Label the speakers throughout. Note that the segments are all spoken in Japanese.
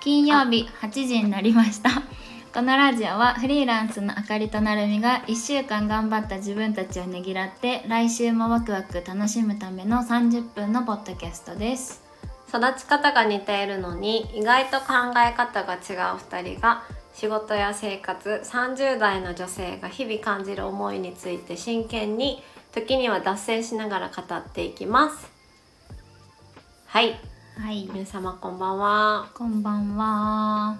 Speaker 1: 金曜日8時になりましたこのラジオはフリーランスのあかりとなるみが1週間頑張った自分たちをねぎらって来週もワクワク楽しむための30分のポッドキャストです
Speaker 2: 育ち方が似ているのに意外と考え方が違う2人が仕事や生活30代の女性が日々感じる思いについて真剣に時には脱線しながら語っていきますはい
Speaker 1: はい
Speaker 2: 皆様こんばんは
Speaker 1: こんばんは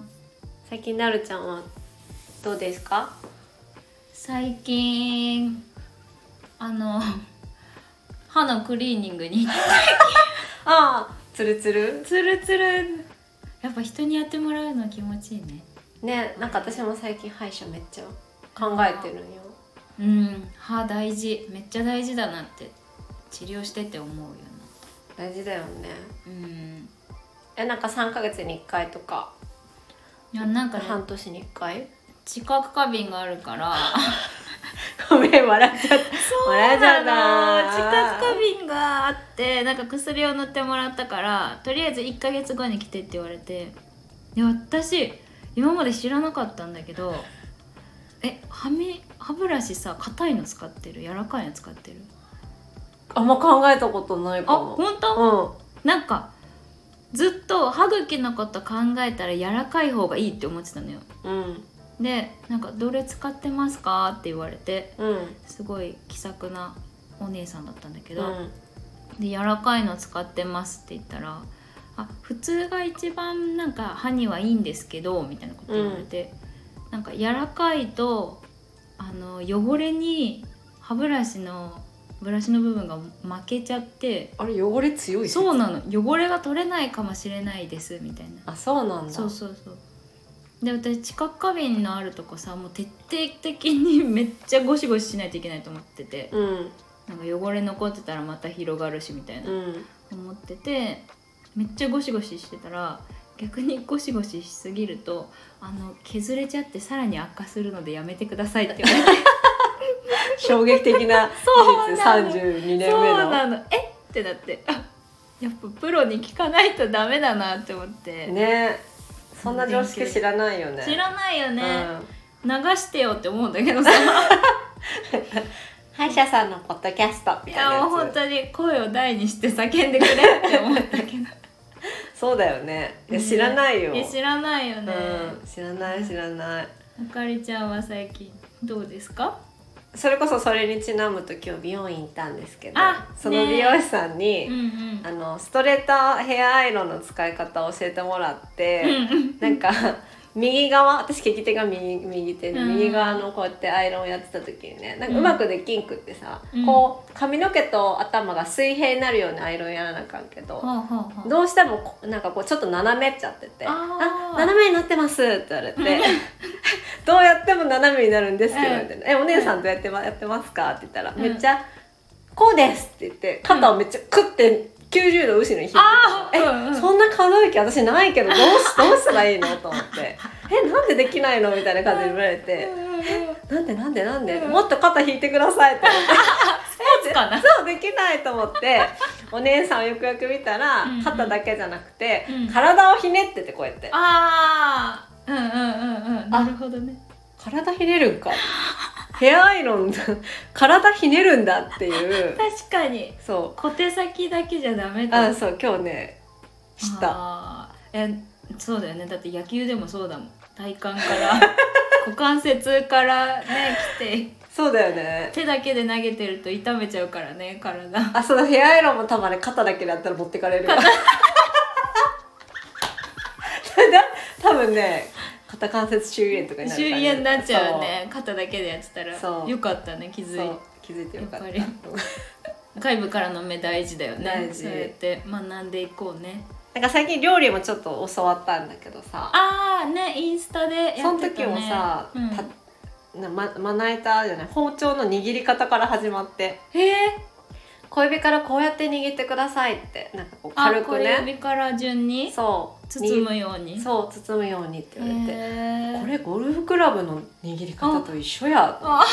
Speaker 2: 最近なるちゃんはどうですか
Speaker 1: 最近あの歯のクリーニングに
Speaker 2: ああツルツル
Speaker 1: ツルツルやっぱ人にやってもらうの気持ちいいね
Speaker 2: ねなんか私も最近歯医者めっちゃ考えてるんよ
Speaker 1: うん歯大事めっちゃ大事だなって治療してて思うよ
Speaker 2: 大事だよね
Speaker 1: なうん
Speaker 2: えなんか3ヶ月に1回とか
Speaker 1: いやなんかね
Speaker 2: 半年に1回
Speaker 1: 知覚過敏があるから
Speaker 2: ごめん笑っちゃった 笑っちゃっ
Speaker 1: 知
Speaker 2: た
Speaker 1: 覚過敏があってなんか薬を塗ってもらったからとりあえず1ヶ月後に来てって言われていや私今まで知らなかったんだけどえ歯み歯ブラシさ硬いの使ってる柔らかいの使ってる
Speaker 2: あんま考えたことないか
Speaker 1: あ
Speaker 2: も
Speaker 1: 本当、なんかずっと歯茎のこと考えたら柔らかい方がいいって思ってたのよ
Speaker 2: うんうん
Speaker 1: でなんか「どれ使ってますか?」って言われて
Speaker 2: うん
Speaker 1: すごい気さくなお姉さんだったんだけ
Speaker 2: う
Speaker 1: ど、
Speaker 2: ん
Speaker 1: で柔らかいの使ってますって言ったら「あ普通が一番なんか歯にはいいんですけど」みたいなこと言われて、なんか柔らかいとあの汚れに歯ブラシのブラシの部分が負けちゃって
Speaker 2: あれ汚れ強い
Speaker 1: そう
Speaker 2: な
Speaker 1: なの汚れが取れないかもしれないですみたいな
Speaker 2: あそうなんだ
Speaker 1: そうそうそうで私知覚過敏のあるとこさもう徹底的にめっちゃゴシゴシしないといけないと思ってて
Speaker 2: うん
Speaker 1: なんか汚れ残ってたらまた広がるしみたいな
Speaker 2: うん
Speaker 1: 思っててめっちゃゴシゴシしてたら逆にゴシゴシしすぎるとあの削れちゃってさらに悪化するのでやめてくださいって言われて
Speaker 2: 衝撃的な
Speaker 1: そう
Speaker 2: 事実
Speaker 1: なの
Speaker 2: 32年目
Speaker 1: そう
Speaker 2: の
Speaker 1: なのえってなってあやっぱプロに聞かないとダメだなって思って、
Speaker 2: ねそんな常識知らないよね
Speaker 1: 知らないよね、
Speaker 2: う
Speaker 1: 流
Speaker 2: ん
Speaker 1: してよって思うんだけど さ
Speaker 2: 歯医者さんのポッドキャスト
Speaker 1: い
Speaker 2: みたいな
Speaker 1: やもう
Speaker 2: や
Speaker 1: 本
Speaker 2: つ
Speaker 1: 当に声を大にして叫んでくれって思ったけど
Speaker 2: そうだよねいや知らないよ
Speaker 1: や知らないよね、
Speaker 2: うん知らない知らない
Speaker 1: あかりちゃんは最近どうですか
Speaker 2: それこそそれにちなむと今日美容院行ったんですけど
Speaker 1: あ
Speaker 2: その美容師さんに、
Speaker 1: うんうん
Speaker 2: あのストレートヘアアイロンの使い方を教えてもらって、なんか右側私利き手が右右手で
Speaker 1: うん
Speaker 2: 右側のこうやってアイロンをやってた時にねなんか
Speaker 1: う
Speaker 2: うんまくできんくってさ、
Speaker 1: うん
Speaker 2: こう髪の毛と頭が水平になるようにアイロンやらなあかんけど、
Speaker 1: ほうほうほう
Speaker 2: どうしてもこなんかこうちょっと斜めっちゃってて
Speaker 1: あ
Speaker 2: 「
Speaker 1: ー
Speaker 2: あ斜めになってます」って言われて 「どうやっても斜めになるんですけど」
Speaker 1: うん
Speaker 2: みたいな「えお姉さんどうやってまやってますか?」って言ったら、
Speaker 1: ん
Speaker 2: めっちゃ「こうです」って言って肩をめっちゃクッて90度後ろに引いて
Speaker 1: あ
Speaker 2: え、
Speaker 1: うんうん
Speaker 2: そんな可動域私ないけどどうしどうしたらいいの?」と思って「えなんでできないの?」みたいな感じで言われて「なんでなんでなんで、
Speaker 1: うん
Speaker 2: もっと肩引いてください」って思って
Speaker 1: そうかな
Speaker 2: そうできないと思 ってお姉さんをよくよく見たら
Speaker 1: うんうん
Speaker 2: 肩だけじゃなくて、
Speaker 1: うん
Speaker 2: 体をひねっててこうやって
Speaker 1: あーうんうんうんうんなるほどね
Speaker 2: 体ひねる んかヘアアイロン体ひねるんだっていう
Speaker 1: 確かに
Speaker 2: そ
Speaker 1: 小手先だけじゃダメ
Speaker 2: うあそう今日ね知った
Speaker 1: たえそうだよねだって野球でもそうだもん体幹から 股関節からね来
Speaker 2: そうだよね
Speaker 1: て手だけで投げてると痛めちゃうからね体
Speaker 2: あそのヘアアイロンもたまに肩だけでやったら持ってかれるよ 多分ね肩関節周囲炎とかになる
Speaker 1: 周囲
Speaker 2: から
Speaker 1: 炎になっちゃうね肩だけでやってたら
Speaker 2: そう
Speaker 1: よかったね気
Speaker 2: そう
Speaker 1: づ
Speaker 2: そ
Speaker 1: いう
Speaker 2: 気づいてよかった
Speaker 1: やっぱ外部からの目大事だよね
Speaker 2: 大事
Speaker 1: そうやって学んでいこうね
Speaker 2: なんか最近料理もちょっと教わったんだけどさ
Speaker 1: ああねインスタでやってた、
Speaker 2: そ
Speaker 1: ね、
Speaker 2: の時もさ、
Speaker 1: うん
Speaker 2: たなままな板じゃない包丁の握り方から始まって
Speaker 1: へえ
Speaker 2: 小指からこうやって握ってくださいってなんかこう
Speaker 1: あ
Speaker 2: 軽く
Speaker 1: これ
Speaker 2: ね
Speaker 1: 指から順に
Speaker 2: そう
Speaker 1: 包むように
Speaker 2: 握そう包むようにって言われて、
Speaker 1: へー
Speaker 2: これゴルフクラブの握り方と一緒や
Speaker 1: あ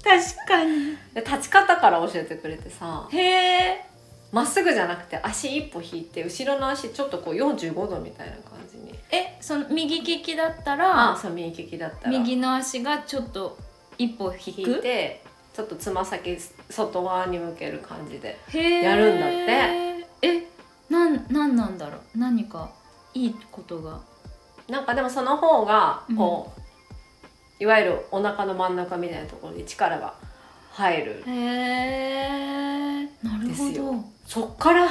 Speaker 1: ー確かに
Speaker 2: で立ち方から教えてくれてさ
Speaker 1: へえ
Speaker 2: まっすぐじゃなくて足一歩引いて後ろの足ちょっとこう45度みたいな感じに
Speaker 1: えその右利きだった
Speaker 2: あ
Speaker 1: ら
Speaker 2: そう右利きだったら
Speaker 1: 右の足がちょっと一歩
Speaker 2: 引
Speaker 1: 引
Speaker 2: い
Speaker 1: く
Speaker 2: てちょっとつま先外側に向ける感じで
Speaker 1: へー
Speaker 2: やるんだっ
Speaker 1: えなんなんなんだろう何かいいことが
Speaker 2: なんかでもその方がこう、いわゆるお腹の真ん中みたいなところに力が入る
Speaker 1: へえなる
Speaker 2: です
Speaker 1: ほ
Speaker 2: よ
Speaker 1: ど
Speaker 2: そっから、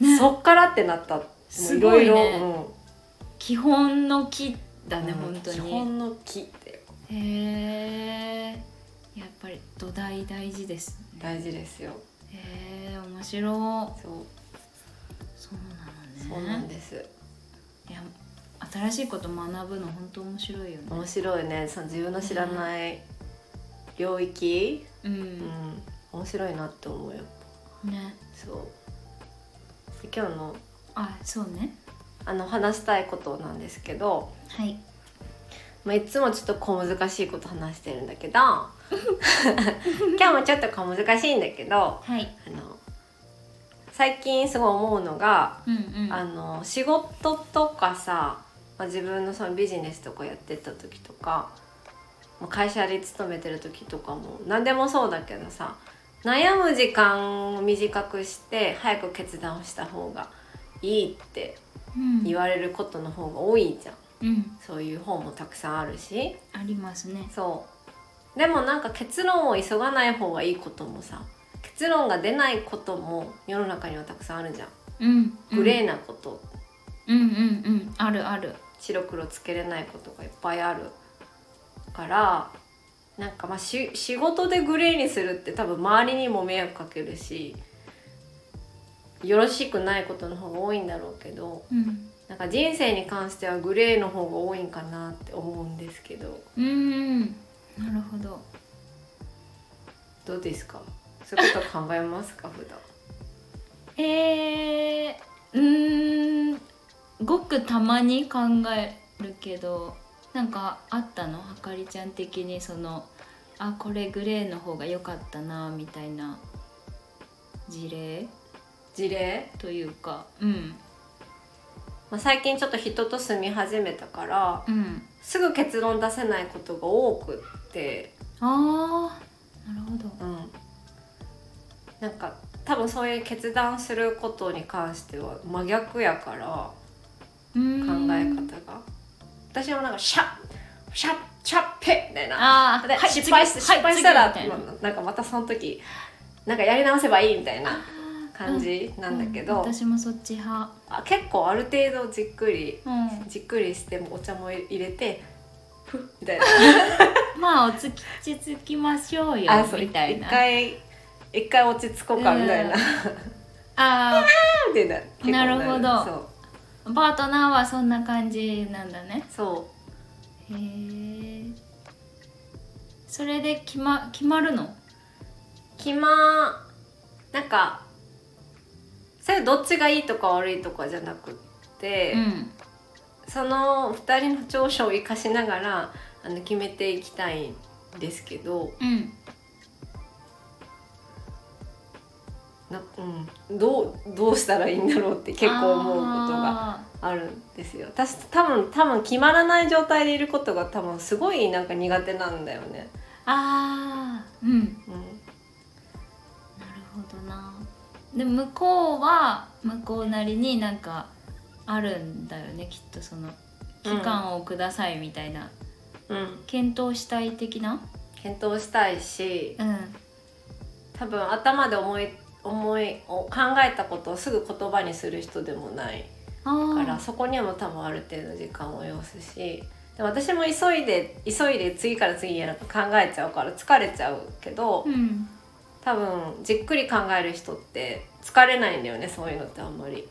Speaker 1: ね
Speaker 2: そっからってなったもう
Speaker 1: すごいね
Speaker 2: ろろ
Speaker 1: 基本の木だ
Speaker 2: うん
Speaker 1: ね、本当
Speaker 2: 基
Speaker 1: に
Speaker 2: 本の木って
Speaker 1: へえやっぱり土台大事ですね
Speaker 2: 大事ですよ
Speaker 1: へえ面白い
Speaker 2: そう
Speaker 1: そうな
Speaker 2: そう
Speaker 1: のね
Speaker 2: なんです
Speaker 1: いや新しいこと学ぶの本当面白いよね
Speaker 2: 面白いねその自分の知らない領域、
Speaker 1: う
Speaker 2: うん
Speaker 1: ん、
Speaker 2: 面白いなって思うよ
Speaker 1: ね
Speaker 2: そうで今日の
Speaker 1: あそうね
Speaker 2: あの話したいことなんですけど、
Speaker 1: はい
Speaker 2: まあ、いつもちょっと小難しいこと話してるんだ けど今日もちょっと小難しいんだけどあ
Speaker 1: はい
Speaker 2: の最近すごい思うのが、
Speaker 1: うんうん
Speaker 2: あの仕事とかさ、まあ、自分のそのビジネスとかやってた時とか、まあ、会社で勤めてる時とかも何でもそうだけどさ悩む時間を短くして早く決断をした方がいいって
Speaker 1: うん
Speaker 2: 言われることの方が多いじゃん
Speaker 1: うん
Speaker 2: そういう本もたくさんあるし
Speaker 1: ありますね
Speaker 2: そうでもなんか結論を急がない方がいいこともさ結論が出ないことも世の中にはたくさんあるじゃん
Speaker 1: うん
Speaker 2: グ
Speaker 1: ー
Speaker 2: レーなこと、
Speaker 1: うんうんうんあるある
Speaker 2: 白黒つけれないことがいっぱいあるからなんかまあし仕事でグレーにするって多分周りにも迷惑かけるしよろしくないことの方が多いんだろうけど
Speaker 1: うん
Speaker 2: なんか人生に関してはグレーの方が多いんかなって思うんですけど
Speaker 1: うんうんなるほど
Speaker 2: どうですかそういうこと考えますか普段
Speaker 1: えー、うーんごくたまに考えるけどなんかあったのはかりちゃん的にそのあこれグレーの方が良かったなみたいな事例
Speaker 2: 事例、
Speaker 1: というかうん
Speaker 2: まあ、最近ちょっと人と住み始めたから
Speaker 1: うん
Speaker 2: すぐ結論出せないことが多くって
Speaker 1: あーなるほど
Speaker 2: うん、なんか多分そういう決断することに関しては真逆やから
Speaker 1: うー
Speaker 2: 考え
Speaker 1: ん
Speaker 2: 方が私もなんかシャッシャッシャッペみたいな
Speaker 1: あー
Speaker 2: で
Speaker 1: はい
Speaker 2: 失敗し
Speaker 1: 次
Speaker 2: 失敗したら、
Speaker 1: はい次みたいな
Speaker 2: まあなんかまたその時なんかやり直せばいいみたいな感
Speaker 1: うん
Speaker 2: じなんだけど、
Speaker 1: うん私もそっち派
Speaker 2: あ結構ある程度じっくり
Speaker 1: うん
Speaker 2: じっくりしてもうお茶も入れてふっ みたいな
Speaker 1: まあ落ち着きましょうよ
Speaker 2: あそう
Speaker 1: み
Speaker 2: 一
Speaker 1: たいな
Speaker 2: 回一回落ち着こうかみたい な。
Speaker 1: あー
Speaker 2: みたいな結構
Speaker 1: なるほど
Speaker 2: そう
Speaker 1: パートナーはそんな感じなんだね
Speaker 2: そ
Speaker 1: へえそれで決ま決まるの
Speaker 2: う気まなんかそれどっちがいいとか悪いとかじゃなくって、
Speaker 1: うん
Speaker 2: その2人の長所を生かしながらあの決めていきたいんですけど
Speaker 1: うん
Speaker 2: な、うん、どうどうしたらいいんだろうって結構思うことが
Speaker 1: あ
Speaker 2: あるんですよ。私多分多分決まらない状態でいることが多分すごいなんか苦手なんだよね。
Speaker 1: ーあーうん
Speaker 2: うん
Speaker 1: なるほどなで向こうは向こうなりになんかあるんだよねきっとその期間をくださいみたいな、
Speaker 2: うん、
Speaker 1: 検討したい的な
Speaker 2: 検討したいし
Speaker 1: うん
Speaker 2: 多分頭で思い思いを考えたことをすぐ言葉にする人でもない
Speaker 1: あ
Speaker 2: から、
Speaker 1: あ
Speaker 2: そこにも多分ある程度時間を要すしでも私も急いで急いで次から次へなんか考えちゃうから疲れちゃうけど
Speaker 1: うん
Speaker 2: 多分じっくり考える人って疲れないんだよねそういうのってあんまり。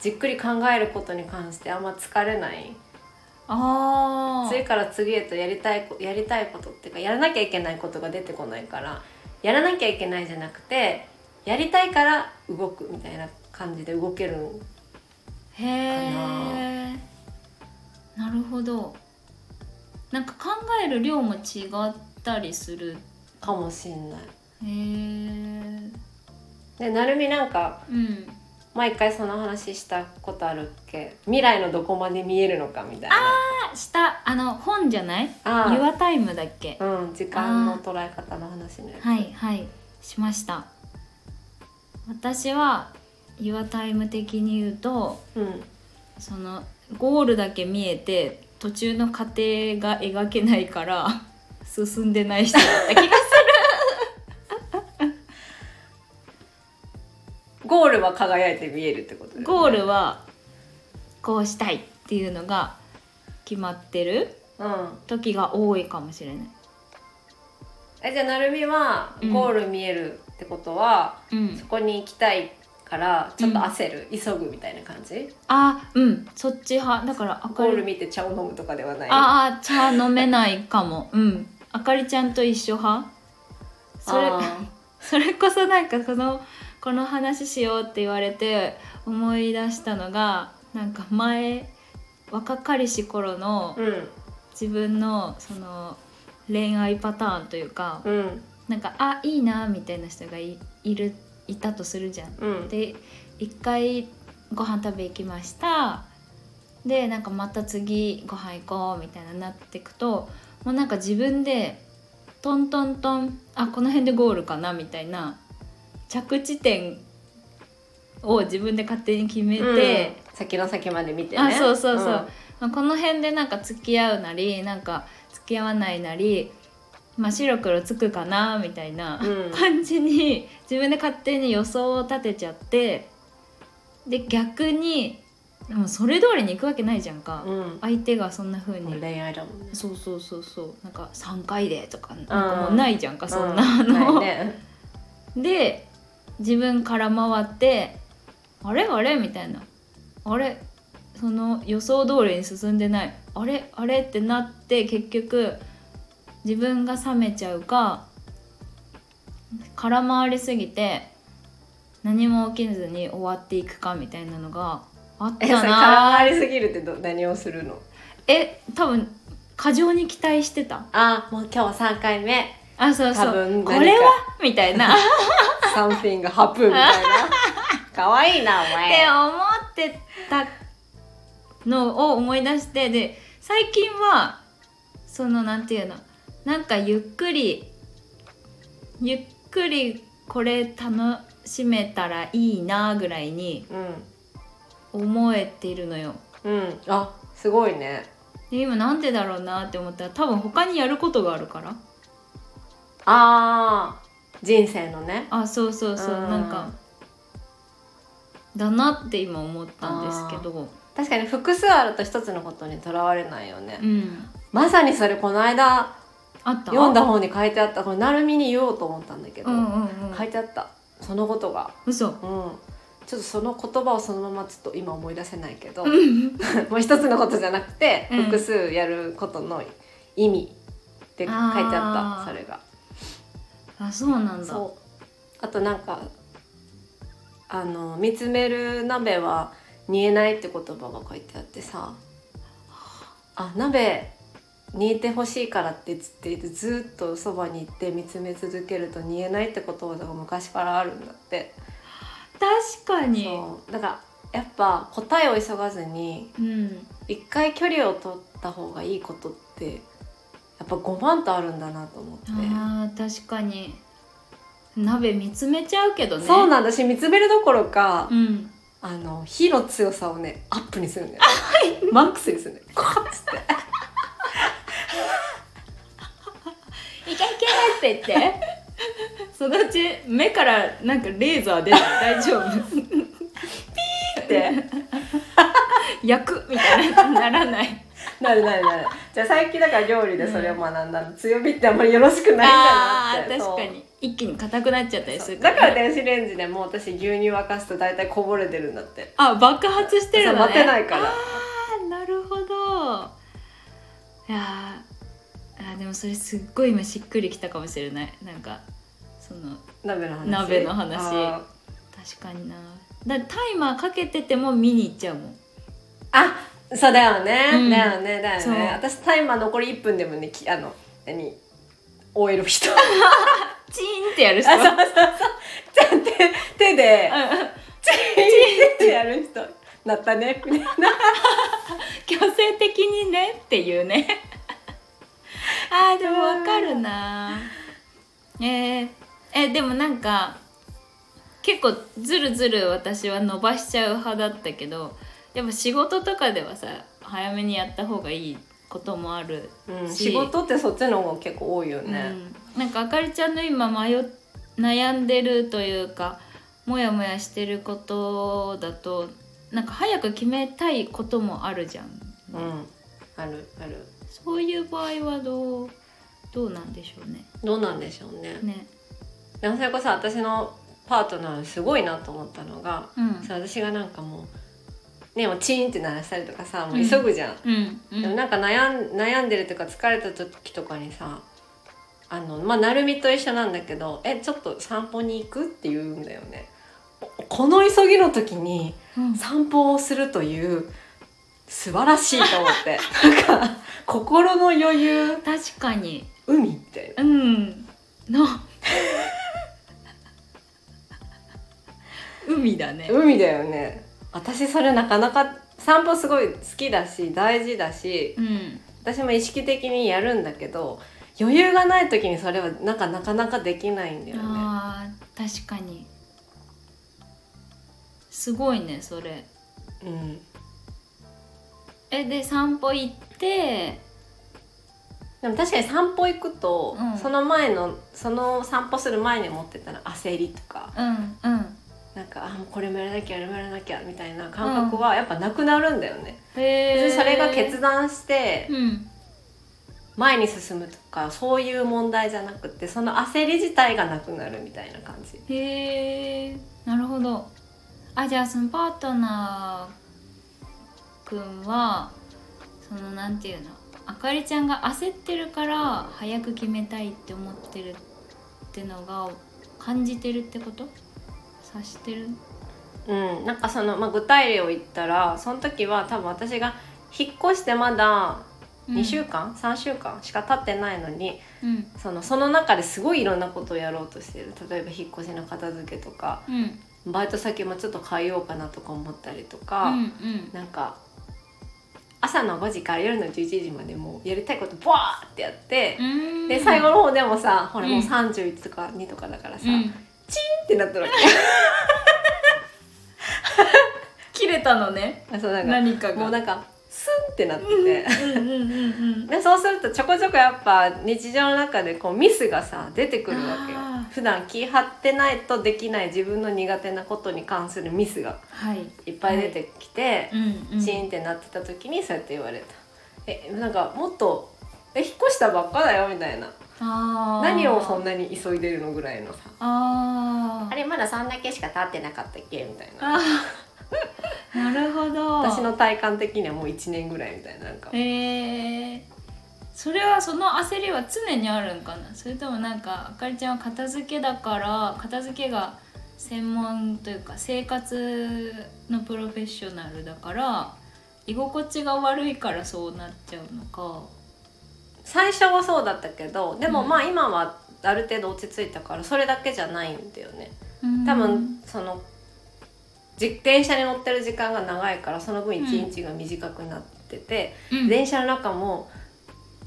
Speaker 2: じっくり考えることに関してあんま疲れない
Speaker 1: あ
Speaker 2: 次から次へとやりたいこやりたいことっていうかやらなきゃいけないことが出てこないからやらなきゃいけないじゃなくてやりたいから動くみたいな感じで動ける
Speaker 1: あへえなるほどなんか考える量も違ったりする
Speaker 2: かもしんない。
Speaker 1: へえ
Speaker 2: でなるみなんか
Speaker 1: うん
Speaker 2: 毎回その話したことあるっけ未来のどこまで見えるのかみたいな
Speaker 1: あしたあの本じゃない
Speaker 2: あ
Speaker 1: 「ユアタイムだっけ
Speaker 2: うん、時間の捉え方の話ね。
Speaker 1: はいはいしました私は「ユアタイム的に言うと
Speaker 2: うん、
Speaker 1: そのゴールだけ見えて途中の過程が描けないから 進んでない人だった気がす
Speaker 2: ゴールは輝いて見えるってことだよ
Speaker 1: る
Speaker 2: ね
Speaker 1: ゴールはこうしたいっていうのが決まってる
Speaker 2: うん。
Speaker 1: 時が多いかもしれない。
Speaker 2: えじゃあなるみは
Speaker 1: うん
Speaker 2: ゴール見えるってことは、
Speaker 1: うん
Speaker 2: そ、こに行きたいからちょっと焦る、急ぐみたいな感じ？
Speaker 1: あうんそっち派だからあ
Speaker 2: ゴ
Speaker 1: か
Speaker 2: ール
Speaker 1: り
Speaker 2: 見て茶を飲むとかではない。
Speaker 1: ああ茶飲めないかもうんあかりちゃんと一緒派それ
Speaker 2: あー
Speaker 1: それこそなんかこのこの話しようって言われて思い出したのがなんか前若かりし頃の
Speaker 2: うん
Speaker 1: 自分のその恋愛パターンというか
Speaker 2: うん
Speaker 1: なんかあいいなみたいな人がいいるいたとするじゃん。
Speaker 2: うん。
Speaker 1: で一回ご飯食べ行きましたでなんかまた次ご飯行こうみたいななってくともうなんか自分でトントントンあこの辺でゴールかなみたいな着地点を自分で勝手に決めて、
Speaker 2: うん先の先まで見てね。
Speaker 1: あそうそうそう、まあこの辺でなんか付き合うなりなんか付き合わないなり、まあ、白黒つくかなみたいな。
Speaker 2: うん。うん
Speaker 1: 感じに自分で勝手に予想を立てちゃってで逆にもうそれ通りに行くわけないじゃんか、
Speaker 2: うん
Speaker 1: 相手がそんな風
Speaker 2: もう
Speaker 1: に
Speaker 2: 恋愛だもんね。
Speaker 1: そうそうそうそうなんか3回でとかなんかもうないじゃんか、そん
Speaker 2: う
Speaker 1: なあの、
Speaker 2: な いね。
Speaker 1: で自分から回って「あれあれ?」みたいな「あれその予想通りに進んでないあれあれ?」ってなって結局自分が冷めちゃうか空回りすぎて何も起きずに終わっていくかみたいなのがあっ
Speaker 2: えそれ
Speaker 1: た
Speaker 2: 絡
Speaker 1: な
Speaker 2: まりすぎるってど何をするの？
Speaker 1: え多分過剰に期待してた
Speaker 2: あもう今日は三回目。
Speaker 1: あそうそ
Speaker 2: 多分
Speaker 1: う
Speaker 2: 何
Speaker 1: こ
Speaker 2: か
Speaker 1: れはみたいな
Speaker 2: サンフィンがハプンみた いな。可愛いなお
Speaker 1: って
Speaker 2: 前。
Speaker 1: 思ってたのを思い出してで最近はそのなんていうのなんかゆっくりゆっくりこれ楽しめたらいいなぐらいに思えているのよ。
Speaker 2: うんうん。あすごいね。
Speaker 1: で今なんでだろうなって思ったら多分他にやることがあるから
Speaker 2: ああ人生のね。
Speaker 1: あそうそうそう
Speaker 2: うん
Speaker 1: なんかだなって今思ったんですけど
Speaker 2: 確かに複数あると一つのことにとらわれないよね。
Speaker 1: うん
Speaker 2: まさにそれこの間
Speaker 1: あった
Speaker 2: 読んだ本に書いてあったこれなるみに言おうと思ったんだけど、
Speaker 1: うんうんうん
Speaker 2: 書いてあったそのことが。
Speaker 1: 嘘
Speaker 2: うん。ちょっとその言葉をそのままちょっと今思い出せないけど、
Speaker 1: うん
Speaker 2: もう一つのことじゃなくて、
Speaker 1: うん
Speaker 2: 複数やることの意味って書いてあ
Speaker 1: あー
Speaker 2: ったそれが。
Speaker 1: あそうなんだ
Speaker 2: そうあとなんかあの「見つめる鍋は煮えない」って言葉が書いてあってさあ鍋煮えてほしいからってつってずっとそばに行って見つめ続けると煮えないって言葉が昔からあるんだって
Speaker 1: 確かに
Speaker 2: そうだからやっぱ答えを急がずに
Speaker 1: うん
Speaker 2: 一回距離を取った方がいいことってやっぱ5万とあるんだなと思って。
Speaker 1: あー確かに鍋見つめちゃうけどね
Speaker 2: そうなんだし見つめるどころか、
Speaker 1: うん
Speaker 2: あの火の強さをねアップにするんだよ、マックスにするんだよこうっつって
Speaker 1: いけいけって言って そのうち目からなんかレーザー出る大丈夫
Speaker 2: って
Speaker 1: 焼くみたいなならない
Speaker 2: なるなるなるじゃあ最近だから料理でそれを学んだの、強火ってあんまりよろしくないんだな
Speaker 1: あ
Speaker 2: って
Speaker 1: ー確かに一気に硬くなっちゃったり
Speaker 2: そう
Speaker 1: する
Speaker 2: だから
Speaker 1: ね
Speaker 2: 電子レンジでもう私牛乳沸かすと大体こぼれてるんだって
Speaker 1: あ爆発してる
Speaker 2: そう
Speaker 1: のね
Speaker 2: 待てないから
Speaker 1: あーなるほどいやーあーでもそれすっごい今しっくりきたかもしれないなんかその
Speaker 2: 鍋の話
Speaker 1: 鍋の話
Speaker 2: あ
Speaker 1: 確かになだタイマーかけてても見に行っちゃうもん
Speaker 2: ーあそうだよね、
Speaker 1: うん
Speaker 2: だよねだよ
Speaker 1: そう
Speaker 2: ね私タイマー残り1分でもねきあの何終える人
Speaker 1: チーンってやる人
Speaker 2: あそうそうそう手手手ででチーって やる人なったねみたいな
Speaker 1: 強制的にねっていうね あーでもわかるなえーえでもなんか結構ずるずる私は伸ばしちゃう派だったけどやっぱ仕事とかではさ早めにやった方がいいこともある、
Speaker 2: うん
Speaker 1: し
Speaker 2: 仕事ってそっちの方が結構多いよ
Speaker 1: うん
Speaker 2: ね。
Speaker 1: なんかあかりちゃんの今迷っ悩んでるというかモヤモヤしてることだとなんか早く決めたいこともあるじゃん、
Speaker 2: うん、あるある。
Speaker 1: そういう場合はどうどうなんでしょうね。
Speaker 2: どうなんでしょうね。
Speaker 1: ね。
Speaker 2: でもそれこそ私のパートナーすごいなと思ったのが、
Speaker 1: うん。
Speaker 2: そう私がなんかもうねもうチーンって鳴らしたりとかさもう
Speaker 1: うん
Speaker 2: 急ぐじゃん。
Speaker 1: うん。う
Speaker 2: でも
Speaker 1: ん。
Speaker 2: なんか悩ん悩んでるとか疲れた時とかにさあのまあなるみと一緒なんだけど「えちょっと散歩に行く?」って言うんだよね。おこの急ぎの時に
Speaker 1: うん
Speaker 2: 散歩をするという素晴らしいと思 ってなんか心の余裕
Speaker 1: 確かに。
Speaker 2: 海みたいな
Speaker 1: うん。 の。海だね。
Speaker 2: 海だよね私それなかなか散歩すごい好きだし大事だし
Speaker 1: うん。
Speaker 2: 私も意識的にやるんだけど余裕がない時にそれはなんかなかなかできないんだよね。
Speaker 1: ああ、確かに。すごいね、それ。
Speaker 2: うん
Speaker 1: え、で、散歩行って。
Speaker 2: でも確かに散歩行くと、
Speaker 1: うん
Speaker 2: その前のその散歩する前に持ってたら焦りとか
Speaker 1: うん。うん。
Speaker 2: なんかあもうこれもやらなきゃあれもやらなきゃみたいな感覚はやっぱなくなるんだよね。別
Speaker 1: へ
Speaker 2: に
Speaker 1: え。
Speaker 2: それが決。断して
Speaker 1: うん。
Speaker 2: 前に進むとかそういう問題じゃなくてその焦り自体がなくなるみたいな感じ。
Speaker 1: へえなるほどあじゃあそのパートナーくんはそのなんていうのあかりちゃんが焦ってるから早く決めたいって思ってるってのが感じてるってこと察してる
Speaker 2: うん、なんかその、まあ、具体例を言ったらその時は多分私が引っ越してまだ2週間、3週間しか経ってないのに
Speaker 1: うん
Speaker 2: そのその中ですごいいろんなことをやろうとしてる例えば引っ越しの片付けとか
Speaker 1: うんうん
Speaker 2: バイト先もちょっと変えようかなとか思ったりと
Speaker 1: う
Speaker 2: か、
Speaker 1: ん
Speaker 2: なんか朝の5時から夜の11時までもうやりたいことバーってやって
Speaker 1: う、ん
Speaker 2: で最後の方でもさほらもううん31とか2とかだからさ、
Speaker 1: う
Speaker 2: っ
Speaker 1: ん
Speaker 2: てなったわ
Speaker 1: 切れたのね
Speaker 2: けそうなんか
Speaker 1: 何かが
Speaker 2: もうなんかスンってなってて。
Speaker 1: うんうんうんうん
Speaker 2: でそうするとちょこちょこやっぱ日常の中でこうミスがさ出てくるわけよ
Speaker 1: あー
Speaker 2: 普段気張ってないとできない自分の苦手なことに関するミスが
Speaker 1: はい
Speaker 2: いっぱい出てきて
Speaker 1: う、んうん
Speaker 2: チーンってなってた時にそうやって言われたえなんかもっとえ引っ越したばっかだよみたいな
Speaker 1: あー
Speaker 2: 何をそんなに急いでるのぐらいのさ
Speaker 1: あ
Speaker 2: あれまだ3だけしか経ってなかったっけみたいな
Speaker 1: ああなるほど
Speaker 2: 私の体感的にはもう1年ぐらいみたいななんか
Speaker 1: えー、それはその焦りは常にあるんかなそれともなんかあかりちゃんは片付けだから片付けが専門というか生活のプロフェッショナルだから居心地が悪いからそうなっちゃうのか
Speaker 2: 最初はそうだったけどでも
Speaker 1: うん
Speaker 2: まあ今はある程度落ち着いたからそれだけじゃないんだよね
Speaker 1: うん
Speaker 2: 多分その自転車に乗ってる時間が長いからその分
Speaker 1: うん
Speaker 2: 一日が短くなってて、
Speaker 1: うん
Speaker 2: 電車の中も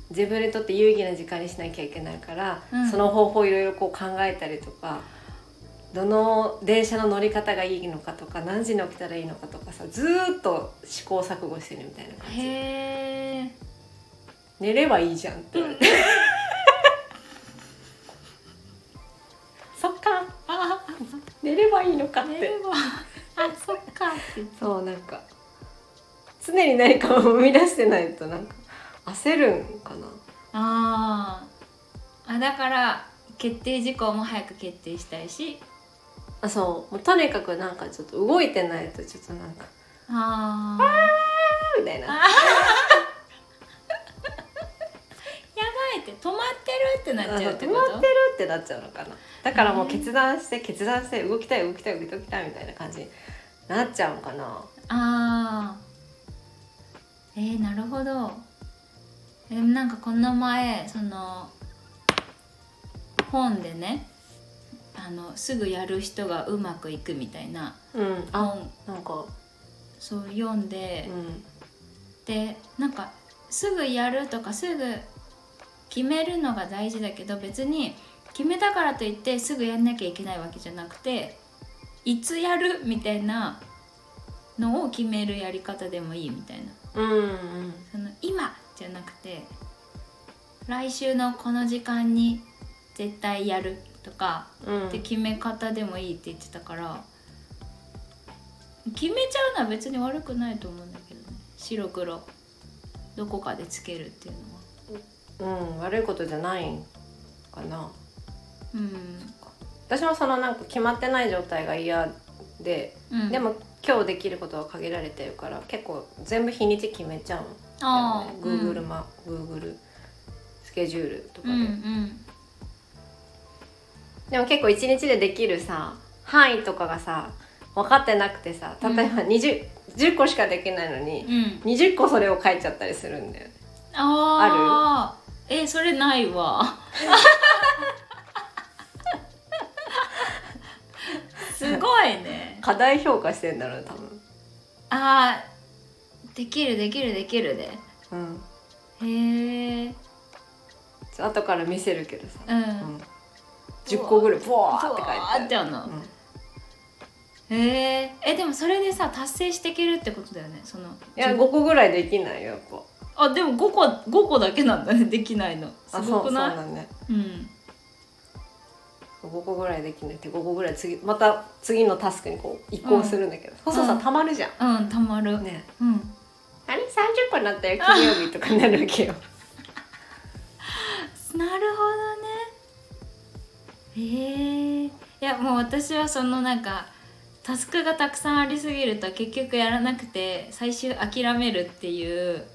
Speaker 2: 自分にとって有意義な時間にしなきゃいけないから、
Speaker 1: うん
Speaker 2: その方法をいろいろこう考えたりとかどの電車の乗り方がいいのかとか何時に起きたらいいのかとかさずーっと試行錯誤してるみたいな感じ
Speaker 1: へえ
Speaker 2: 寝ればいいじゃんって言われて そっか
Speaker 1: あ
Speaker 2: 寝ればいいのかっ
Speaker 1: 寝
Speaker 2: て
Speaker 1: ればあそっかって
Speaker 2: そうなんか常に何かを生み出してないとなんか焦るんかな
Speaker 1: あーあだから決定事項も早く決定したいし
Speaker 2: あそうもうとにかくなんかちょっと動いてないとちょっとなんか
Speaker 1: あ
Speaker 2: 「みたい
Speaker 1: あ
Speaker 2: な
Speaker 1: ーやばいって止まってるってな
Speaker 2: あ
Speaker 1: っ
Speaker 2: そう
Speaker 1: ちゃうって
Speaker 2: 止
Speaker 1: こ
Speaker 2: ま
Speaker 1: と
Speaker 2: ってるってなっちゃうのかなだからもう決断して決断して動きたい動きたい動きたいみたいな感じになっちゃうのかな
Speaker 1: あーえー、なるほどえでもなんかこの前その本でねああのすぐやる人がうまくいくみたいな
Speaker 2: うんあ
Speaker 1: 本
Speaker 2: なんか
Speaker 1: そう読んで
Speaker 2: う、ん
Speaker 1: でなんかすぐやるとかすぐ決めるのが大事だけど別に決めたからといってすぐやんなきゃいけないわけじゃなくていつやるみたいなのを決めるやり方でもいいみたいな
Speaker 2: うんうん
Speaker 1: その今じゃなくて来週のこの時間に絶対やるとか
Speaker 2: うん
Speaker 1: って決め方でもいいって言ってたから決めちゃうのは別に悪くないと思うんだけどね白黒どこかでつけるっていうのは
Speaker 2: うん悪いことじゃないんかな
Speaker 1: うん
Speaker 2: 私もそのなんか決まってない状態が嫌で、
Speaker 1: うん
Speaker 2: でも今日できることは限られてるから結構全部日にち決めちゃうんだ
Speaker 1: あ
Speaker 2: よね
Speaker 1: あ
Speaker 2: Google マ、Google スケジュールとか
Speaker 1: うん
Speaker 2: で、
Speaker 1: うん
Speaker 2: でも結構一日でできるさ範囲とかがさ分かってなくてさ例えば20、10個しかできないのに
Speaker 1: うんうん
Speaker 2: 20個それを書いちゃったりするんだよね
Speaker 1: ああえそれない わすごいね
Speaker 2: 課題評価してんだろうね多分
Speaker 1: あーできるできるできるで
Speaker 2: うん
Speaker 1: へえ
Speaker 2: ちょ後から見せるけどさ、
Speaker 1: うん、
Speaker 2: うん、10個ぐらいボワーって書いてあ
Speaker 1: あ
Speaker 2: る
Speaker 1: ってあんの、へええでもそれでさ達成していけるってことだよねその
Speaker 2: いや5個ぐらいできないよやっぱ
Speaker 1: あでも5個五個だけなんだねできないのす
Speaker 2: あ
Speaker 1: ごくない
Speaker 2: そうそうだね
Speaker 1: うん
Speaker 2: 5個ぐらいできなくて5個ぐらい次また次のタスクにこう移行するんだけど、そうそう
Speaker 1: うん
Speaker 2: さたまるじゃん、
Speaker 1: うんたまる、
Speaker 2: ね
Speaker 1: うん
Speaker 2: あれ30個になったよ金曜日とかになるわけよ
Speaker 1: なるほどねへえいやもう私はそのなんかタスクがたくさんありすぎると結局やらなくて最終諦めるっていう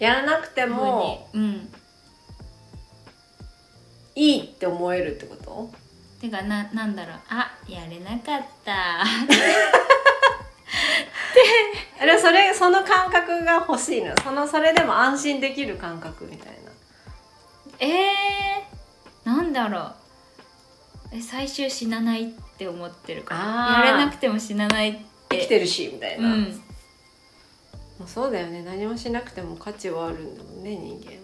Speaker 2: やらなくて
Speaker 1: ふう
Speaker 2: も
Speaker 1: にうん
Speaker 2: いいって思えるってこと
Speaker 1: てかななんだろうあやれなかった
Speaker 2: あれそれその感覚が欲しいのそのそれでも安心できる感覚みたいな
Speaker 1: えー、なんだろうえ最終死なないって思ってるから
Speaker 2: あー
Speaker 1: やれなくても死なないって
Speaker 2: 生きてるしみたいうな、も
Speaker 1: ん、
Speaker 2: うそうだよね何もしなくても価値はあるんだもんね人間は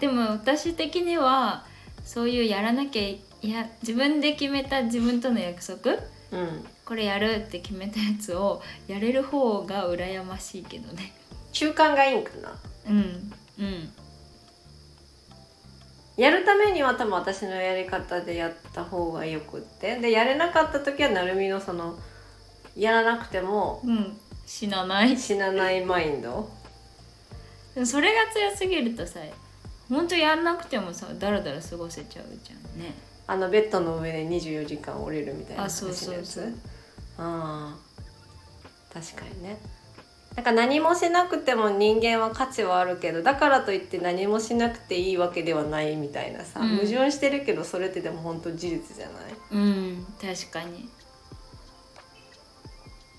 Speaker 1: でも私的にはそういうやらなきゃいいや自分で決めた自分との約束
Speaker 2: うん
Speaker 1: これやるって決めたやつをやれる方が羨ましいけどね
Speaker 2: 習慣がいいんかな
Speaker 1: うんうん
Speaker 2: やるためには多分私のやり方でやった方がよくってでやれなかった時はなるみのそのやらなくても
Speaker 1: うん死なない
Speaker 2: 死なないマインド
Speaker 1: でもそれが強すぎるとさほんとやらなくてもさだらだら過ごせちゃうじゃんね
Speaker 2: あのベッドの上で24時間折れるみたい
Speaker 1: あ
Speaker 2: な話
Speaker 1: そ
Speaker 2: の
Speaker 1: う
Speaker 2: やつ
Speaker 1: そうそう
Speaker 2: あー確かにねなんか何もしなくても人間は価値はあるけどだからといって何もしなくていいわけではないみたいなさ、
Speaker 1: うん
Speaker 2: 矛盾してるけどそれってでも本当事実じゃない
Speaker 1: うん確かに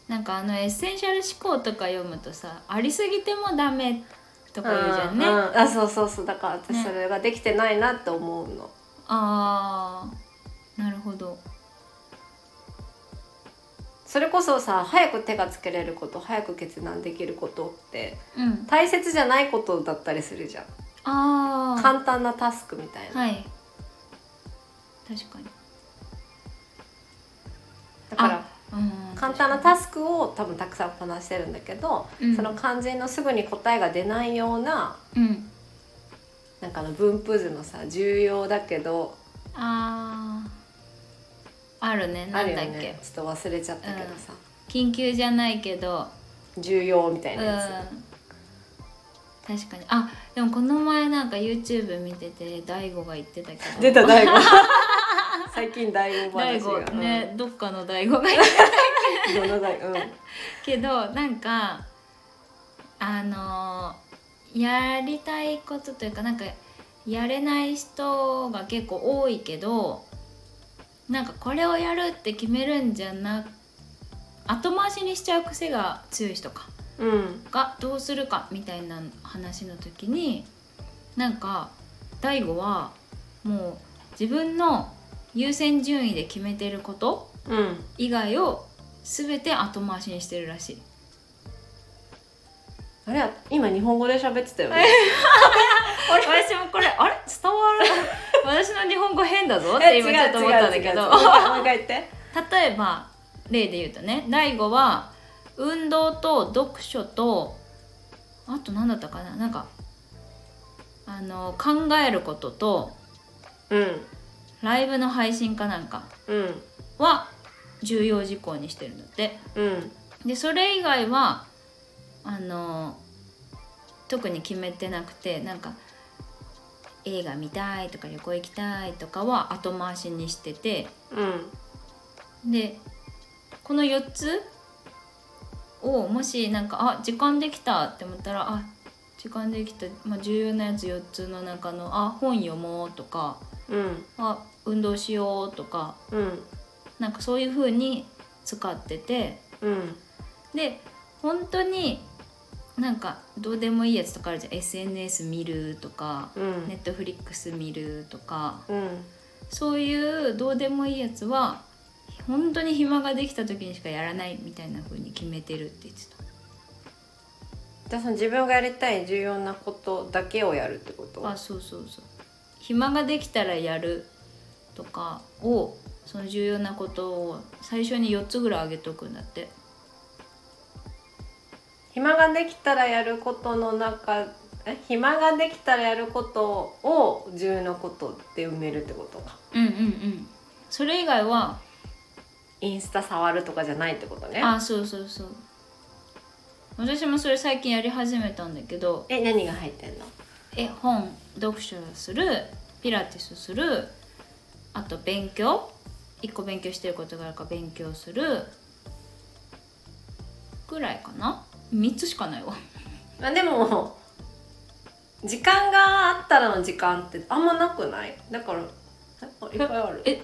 Speaker 1: なんかあのエッセンシャル思考とか読むとさありすぎてもダメとか言うじゃんね、
Speaker 2: う
Speaker 1: あ
Speaker 2: んあそうそうそうだから私
Speaker 1: ね
Speaker 2: それができてないなって思うの、
Speaker 1: あーなるほど
Speaker 2: それこそさ早く手がつけれること早く決断できることって
Speaker 1: うん
Speaker 2: 大切じゃないことだったりするじゃん、
Speaker 1: ああ
Speaker 2: 簡単なタスクみたいな、
Speaker 1: はい確かに
Speaker 2: だから
Speaker 1: うん
Speaker 2: 簡単なタスクを多分たくさんこなしてるんだけど、
Speaker 1: うん
Speaker 2: その肝心のすぐに答えが出ないような
Speaker 1: うん
Speaker 2: なんかあの分布図のさ重要だけど
Speaker 1: あーあるね
Speaker 2: あ
Speaker 1: なん
Speaker 2: るよ
Speaker 1: だっけ、
Speaker 2: ねちょっと忘れちゃったけどさ、
Speaker 1: 緊急じゃないけど
Speaker 2: 重要みたいなやつ、
Speaker 1: うん、確かにあでもこの前なんか YouTube 見てて大悟が言ってたけど
Speaker 2: 出た大悟 最近大悟
Speaker 1: 大
Speaker 2: 話
Speaker 1: 悟
Speaker 2: が
Speaker 1: ね、どっかの大悟が言って
Speaker 2: うんいろんな大悟うん
Speaker 1: たけどなんかあのーやりたいことというかなんかやれない人が結構多いけどなんかこれをやるって決めるんじゃな後回しにしちゃう癖が強い人か
Speaker 2: うん
Speaker 1: がどうするかみたいな話の時になんか大悟はもう自分の優先順位で決めてること
Speaker 2: うん
Speaker 1: 以外を全て後回しにしてるらしい
Speaker 2: あれ今日本語で喋ってたよね
Speaker 1: 私もこれあれ伝わ る私の日本語変だぞって
Speaker 2: え
Speaker 1: 今ちょっと思ったんだけ
Speaker 2: 違う違う違う
Speaker 1: ど
Speaker 2: もう一回もう一回言って
Speaker 1: 例えば例で言うとね大悟は運動と読書とあと何だったかななんかあの考えることとライブの配信かなんか
Speaker 2: うん
Speaker 1: は重要事項にしてるんだって
Speaker 2: うんうん
Speaker 1: でそれ以外はあの特に決めてなくてなんか映画見たいとか旅行行きたいとかは後回しにしてて
Speaker 2: うん
Speaker 1: でこの4つをもしなんかあ時間できたって思ったらあ時間できた、まあ、重要なやつ4つの中のあ本読もうとか
Speaker 2: うん
Speaker 1: あ運動しようとか
Speaker 2: うん
Speaker 1: なんかそういう風に使ってて
Speaker 2: うん
Speaker 1: で本当になんかどうでもいいやつとかあるじゃん SNS 見るとか、
Speaker 2: うん
Speaker 1: Netflix 見るとか
Speaker 2: うん
Speaker 1: そういうどうでもいいやつは本当に暇ができた時にしかやらないみたいな風に決めてるって言ってた
Speaker 2: じゃあその自分がやりたい重要なことだけをやるってこと
Speaker 1: あそうそうそう暇ができたらやるとかをその重要なことを最初に4つぐらいあげとくんだって
Speaker 2: 暇ができたらやることの中え暇ができたらやることを重要なことって埋めるってことか
Speaker 1: うんうんうんそれ以外は
Speaker 2: インスタ触るとかじゃないってことね
Speaker 1: あそうそうそう私もそれ最近やり始めたんだけど
Speaker 2: え何が入ってんの
Speaker 1: え本読書するピラティスするあと勉強一個勉強してることがあるから勉強するぐらいかな3つしかないわ
Speaker 2: まあでも時間があったらの時間ってあんまなくないだからえあいっぱいある
Speaker 1: え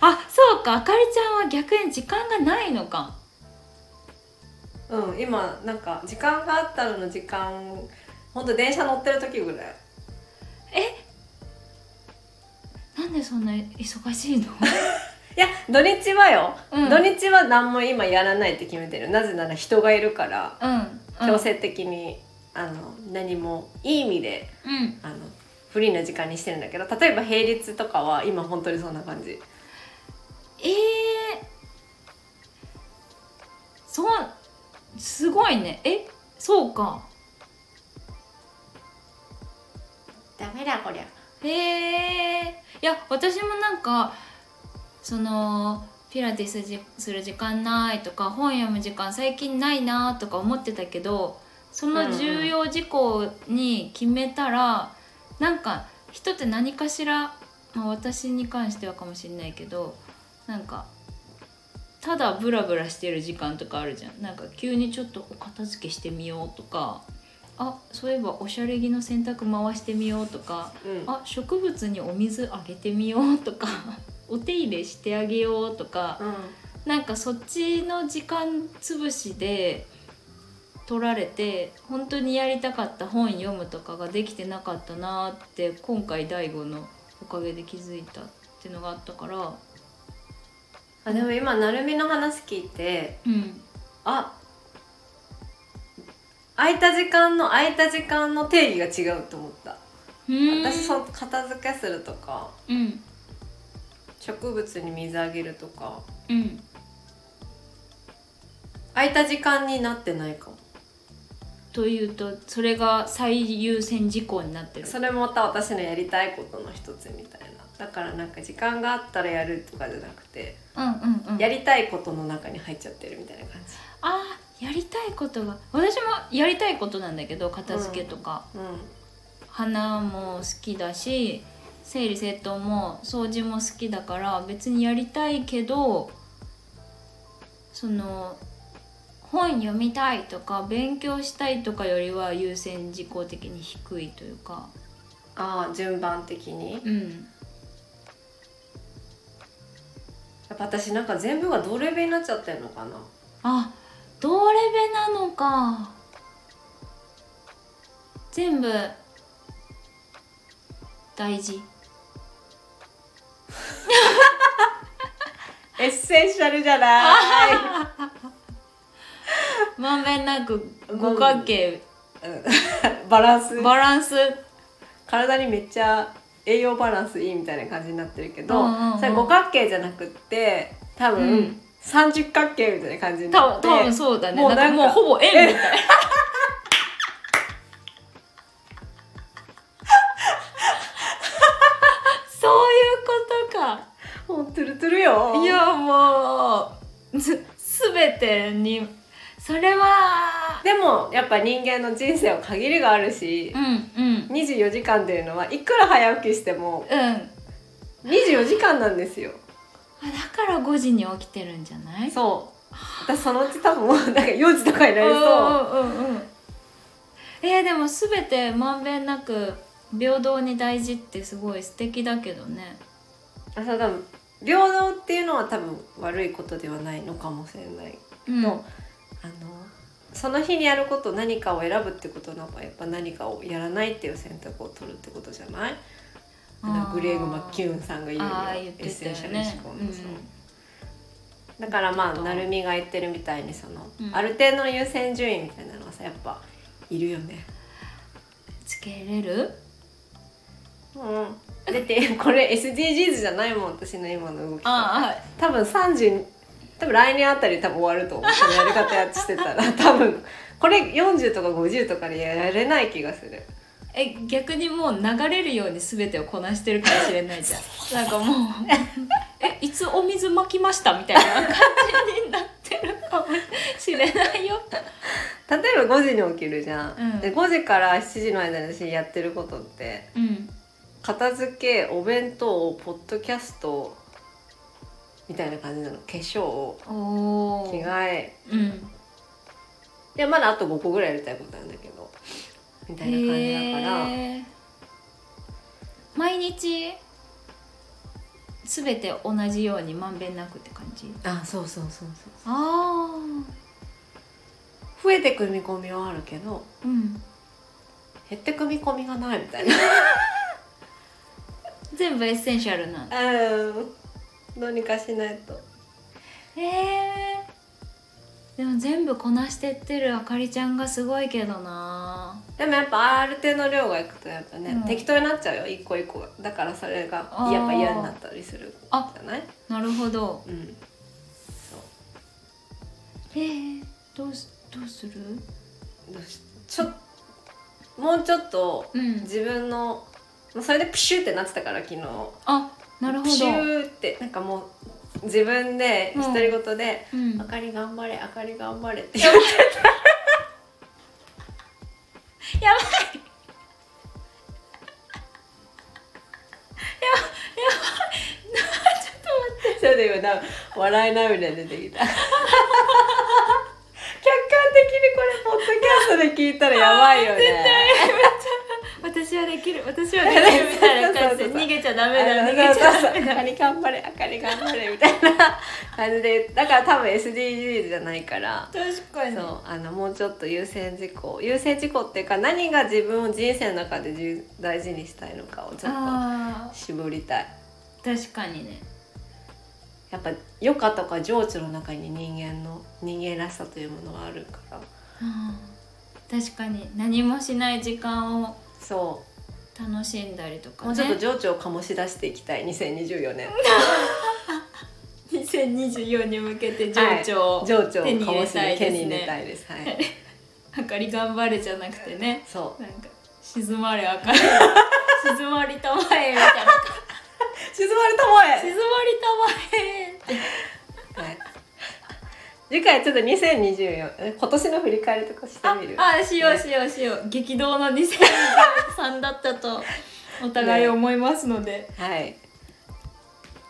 Speaker 1: あそうかあかりちゃんは逆に時間がないのか
Speaker 2: うん今なんか時間があったらの時間ほんと電車乗ってる時ぐらい
Speaker 1: なんでそんな忙し いの
Speaker 2: いや土日はよ、
Speaker 1: うん
Speaker 2: 土日は何も今やらないって決めてるなぜなら人がいるから
Speaker 1: うん、うん、
Speaker 2: 強制的に、あの何もいい意味で
Speaker 1: うん
Speaker 2: あのフリーな時間にしてるんだけど例えば平日とかは今本当にそんな感じ
Speaker 1: ええそうすごいねえそうか
Speaker 2: ダメだこりゃ
Speaker 1: へえいや私もなんかそのピラティスじする時間ないとか本読む時間最近ないなとか思ってたけどその重要事項に決めたら、なんか人って何かしら、まあ、私に関してはかもしれないけどなんかただブラブラしてる時間とかあるじゃんなんか急にちょっとお片付けしてみようとかあそういえばおしゃれ着の洗濯回してみようとか
Speaker 2: うん
Speaker 1: あ植物にお水あげてみようとかお手入れしてあげようとか
Speaker 2: うん
Speaker 1: なんかそっちの時間潰しで取られて本当にやりたかった本読むとかができてなかったなーって今回大悟のおかげで気づいたっていうのがあったから
Speaker 2: あでも今なるみの話聞いて
Speaker 1: うん
Speaker 2: あ空いた時間の空いた時間の定義が違うと思った私そう片付けするとか
Speaker 1: うん
Speaker 2: 植物に水あげるとか
Speaker 1: うん
Speaker 2: 空いた時間になってないかも
Speaker 1: というとそれが最優先事項になってる
Speaker 2: それもまた私のやりたいことの一つみたいなだからなんか時間があったらやるとかじゃなくて、
Speaker 1: うんうんうん
Speaker 2: やりたいことの中に入っちゃってるみたいな感
Speaker 1: あーやりたいことが私もやりたいことなんだけど片付けとか、
Speaker 2: じうん
Speaker 1: 花も好きだし整理整頓も掃除も好きだから別にやりたいけどその本読みたいとか勉強したいとかよりは優先事項的に低いというか
Speaker 2: ああ順番的にや
Speaker 1: うん
Speaker 2: っぱ私なんか全部が同レベになっちゃってるのかな
Speaker 1: あ同レベなのか全部大事
Speaker 2: エッセンシャルじゃない。
Speaker 1: まんべんなく五角形、
Speaker 2: バランス。
Speaker 1: バランス
Speaker 2: 体にめっちゃ栄養バランスいいみたいな感じになってるけど、
Speaker 1: うんうんうん
Speaker 2: それ五角形じゃなくって多
Speaker 1: う
Speaker 2: 分
Speaker 1: ん
Speaker 2: 三十角形みたいな感じに
Speaker 1: 多
Speaker 2: な
Speaker 1: 分
Speaker 2: って、
Speaker 1: 多分そうだね
Speaker 2: も
Speaker 1: な
Speaker 2: う
Speaker 1: んか
Speaker 2: なんか
Speaker 1: もうほぼ円みたい そういうことか
Speaker 2: もうトゥルトゥルよ
Speaker 1: いやもうす全てにそれは
Speaker 2: でもやっぱ人間の人生は限りがあるし
Speaker 1: う、んうん
Speaker 2: 24時間っていうのはいくら早起きしても
Speaker 1: うんあ
Speaker 2: 24時間なんですよ
Speaker 1: だから5時に起きてるんじゃない
Speaker 2: そう私そのうち多分もうなんか4時とかになりそう
Speaker 1: うんうんうんうんえー、でも全てまんべんなく平等に大事ってすごい素敵だけどね
Speaker 2: あそう多分平等っていうのは多分悪いことではないのかもしれない
Speaker 1: うん
Speaker 2: のあのその日にやること何かを選ぶってことなのかやっぱ何かをやらないっていう選択を取るってことじゃないあのグレーグ・マッキューンさんが言うに
Speaker 1: あ
Speaker 2: は
Speaker 1: ー
Speaker 2: エ
Speaker 1: 言ってたよね
Speaker 2: ッセンシャル思考のそう
Speaker 1: うん
Speaker 2: だから
Speaker 1: ち
Speaker 2: まあ
Speaker 1: ょっと
Speaker 2: なるみが言ってるみたいにその、
Speaker 1: うん
Speaker 2: ある程度の優先順位みたいなのはさやっぱいるよね。
Speaker 1: つけれる
Speaker 2: うん、だってこれ SDGs じゃないもん私の今の動き多
Speaker 1: あ
Speaker 2: 分30多分来年あたり多分終わると思うそのやり方やして たら多分これ40とか50とかでやれない気がする。
Speaker 1: あえ逆にもう流れるように全てをこなしてるかもしれないじゃんなんかもうえいつお水まきましたみたいな感じになってるかもしれないよ
Speaker 2: 例えば5時に起きるじゃん、
Speaker 1: うん
Speaker 2: で5時から7時の間に私やってることって
Speaker 1: うん
Speaker 2: 片付けお弁当ポッドキャストみたいな感じなの化粧を
Speaker 1: おお
Speaker 2: 着替え
Speaker 1: うん
Speaker 2: でまだあと5個ぐらいやりたいことなんだけどみたいな感じだから、
Speaker 1: へー毎日全て同じようにまんべんなくって感じ
Speaker 2: あそうそうそうそう
Speaker 1: あ
Speaker 2: 増えてく見込みはあるけど
Speaker 1: あうん
Speaker 2: 減ってく見込みがないみたいな
Speaker 1: 全部エッセンシャルな
Speaker 2: うんどうにかしないと
Speaker 1: へえでも全部こなしてってるあかりちゃんがすごいけどな
Speaker 2: でもやっぱある程度の量がいくとやっぱね、
Speaker 1: うん
Speaker 2: 適当になっちゃうよ一個一個がだからそれが
Speaker 1: あー
Speaker 2: やっぱ嫌になったりするじ
Speaker 1: あ
Speaker 2: ゃない
Speaker 1: なるほど
Speaker 2: うんそう
Speaker 1: へえどうすどうする
Speaker 2: どうしちょもうちょっと
Speaker 1: うん
Speaker 2: 自分のもうそれでプシュってなってたから昨日
Speaker 1: あなるほ
Speaker 2: プ
Speaker 1: ど
Speaker 2: シュってなんかもう自分で
Speaker 1: うん
Speaker 2: 独り言で、
Speaker 1: うん
Speaker 2: あかり頑張れあかり頑張れ」って言って
Speaker 1: やばい
Speaker 2: それで今な笑い涙出てき た客観的にこれポッドキャストで聞いたらやばいよね
Speaker 1: 私はできる私はできるみたいな感じで逃げちゃダメだ
Speaker 2: あ
Speaker 1: 逃
Speaker 2: の
Speaker 1: げちゃダメだ
Speaker 2: そうそうあかり頑張れあかり頑張れみ たいな感じでだから多分 SDGs じゃないから
Speaker 1: 確か
Speaker 2: そうあのもうちょっと優先事項優先事項っていうか何が自分を人生の中で重大事にしたいのかをちょっ
Speaker 1: あ
Speaker 2: と絞りたい
Speaker 1: ー確かにね
Speaker 2: やっぱ余暇とか情緒の中に人間の人間らしさというものがあるか
Speaker 1: う
Speaker 2: ら
Speaker 1: ん確かに何もしない時間を
Speaker 2: そ
Speaker 1: 楽しんだりと
Speaker 2: う
Speaker 1: か、ね、
Speaker 2: もうちょっと情緒を醸し出していきたい2024年
Speaker 1: 2024に向けて
Speaker 2: は い
Speaker 1: 情緒を、
Speaker 2: 情緒を
Speaker 1: 手に入
Speaker 2: 醸
Speaker 1: れ
Speaker 2: した出
Speaker 1: い
Speaker 2: す手
Speaker 1: ですね
Speaker 2: に入れたいですはい
Speaker 1: あかり頑張れじゃなくてね
Speaker 2: そう
Speaker 1: なんか静まれあか り静まりたまえみたいな
Speaker 2: 静まるとも
Speaker 1: 静まり
Speaker 2: え
Speaker 1: たまえって
Speaker 2: はい次回ちょっと2024え今年の振り返りとかしてみる
Speaker 1: ああしようしようしよう激動の2023だったとお互い思いますので、
Speaker 2: はい。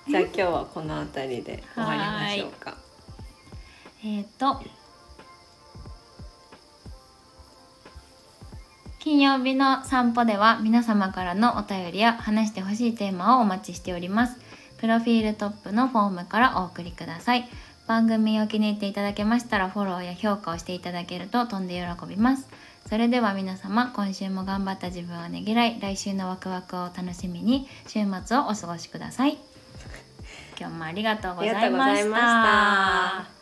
Speaker 2: じゃあ今日はこの辺りで終わりましょうか。
Speaker 1: えっ、と金曜日の散歩では皆様からのお便りや話してほしいテーマをお待ちしておりますプロフィールトップのフォームからお送りください番組を気に入っていただけましたらフォローや評価をしていただけるととんで喜びますそれでは皆様今週も頑張った自分をねぎらい来週のワクワクを楽しみに週末をお過ごしください今日もありがとうございま
Speaker 2: ありがとうござい
Speaker 1: し
Speaker 2: ました
Speaker 1: た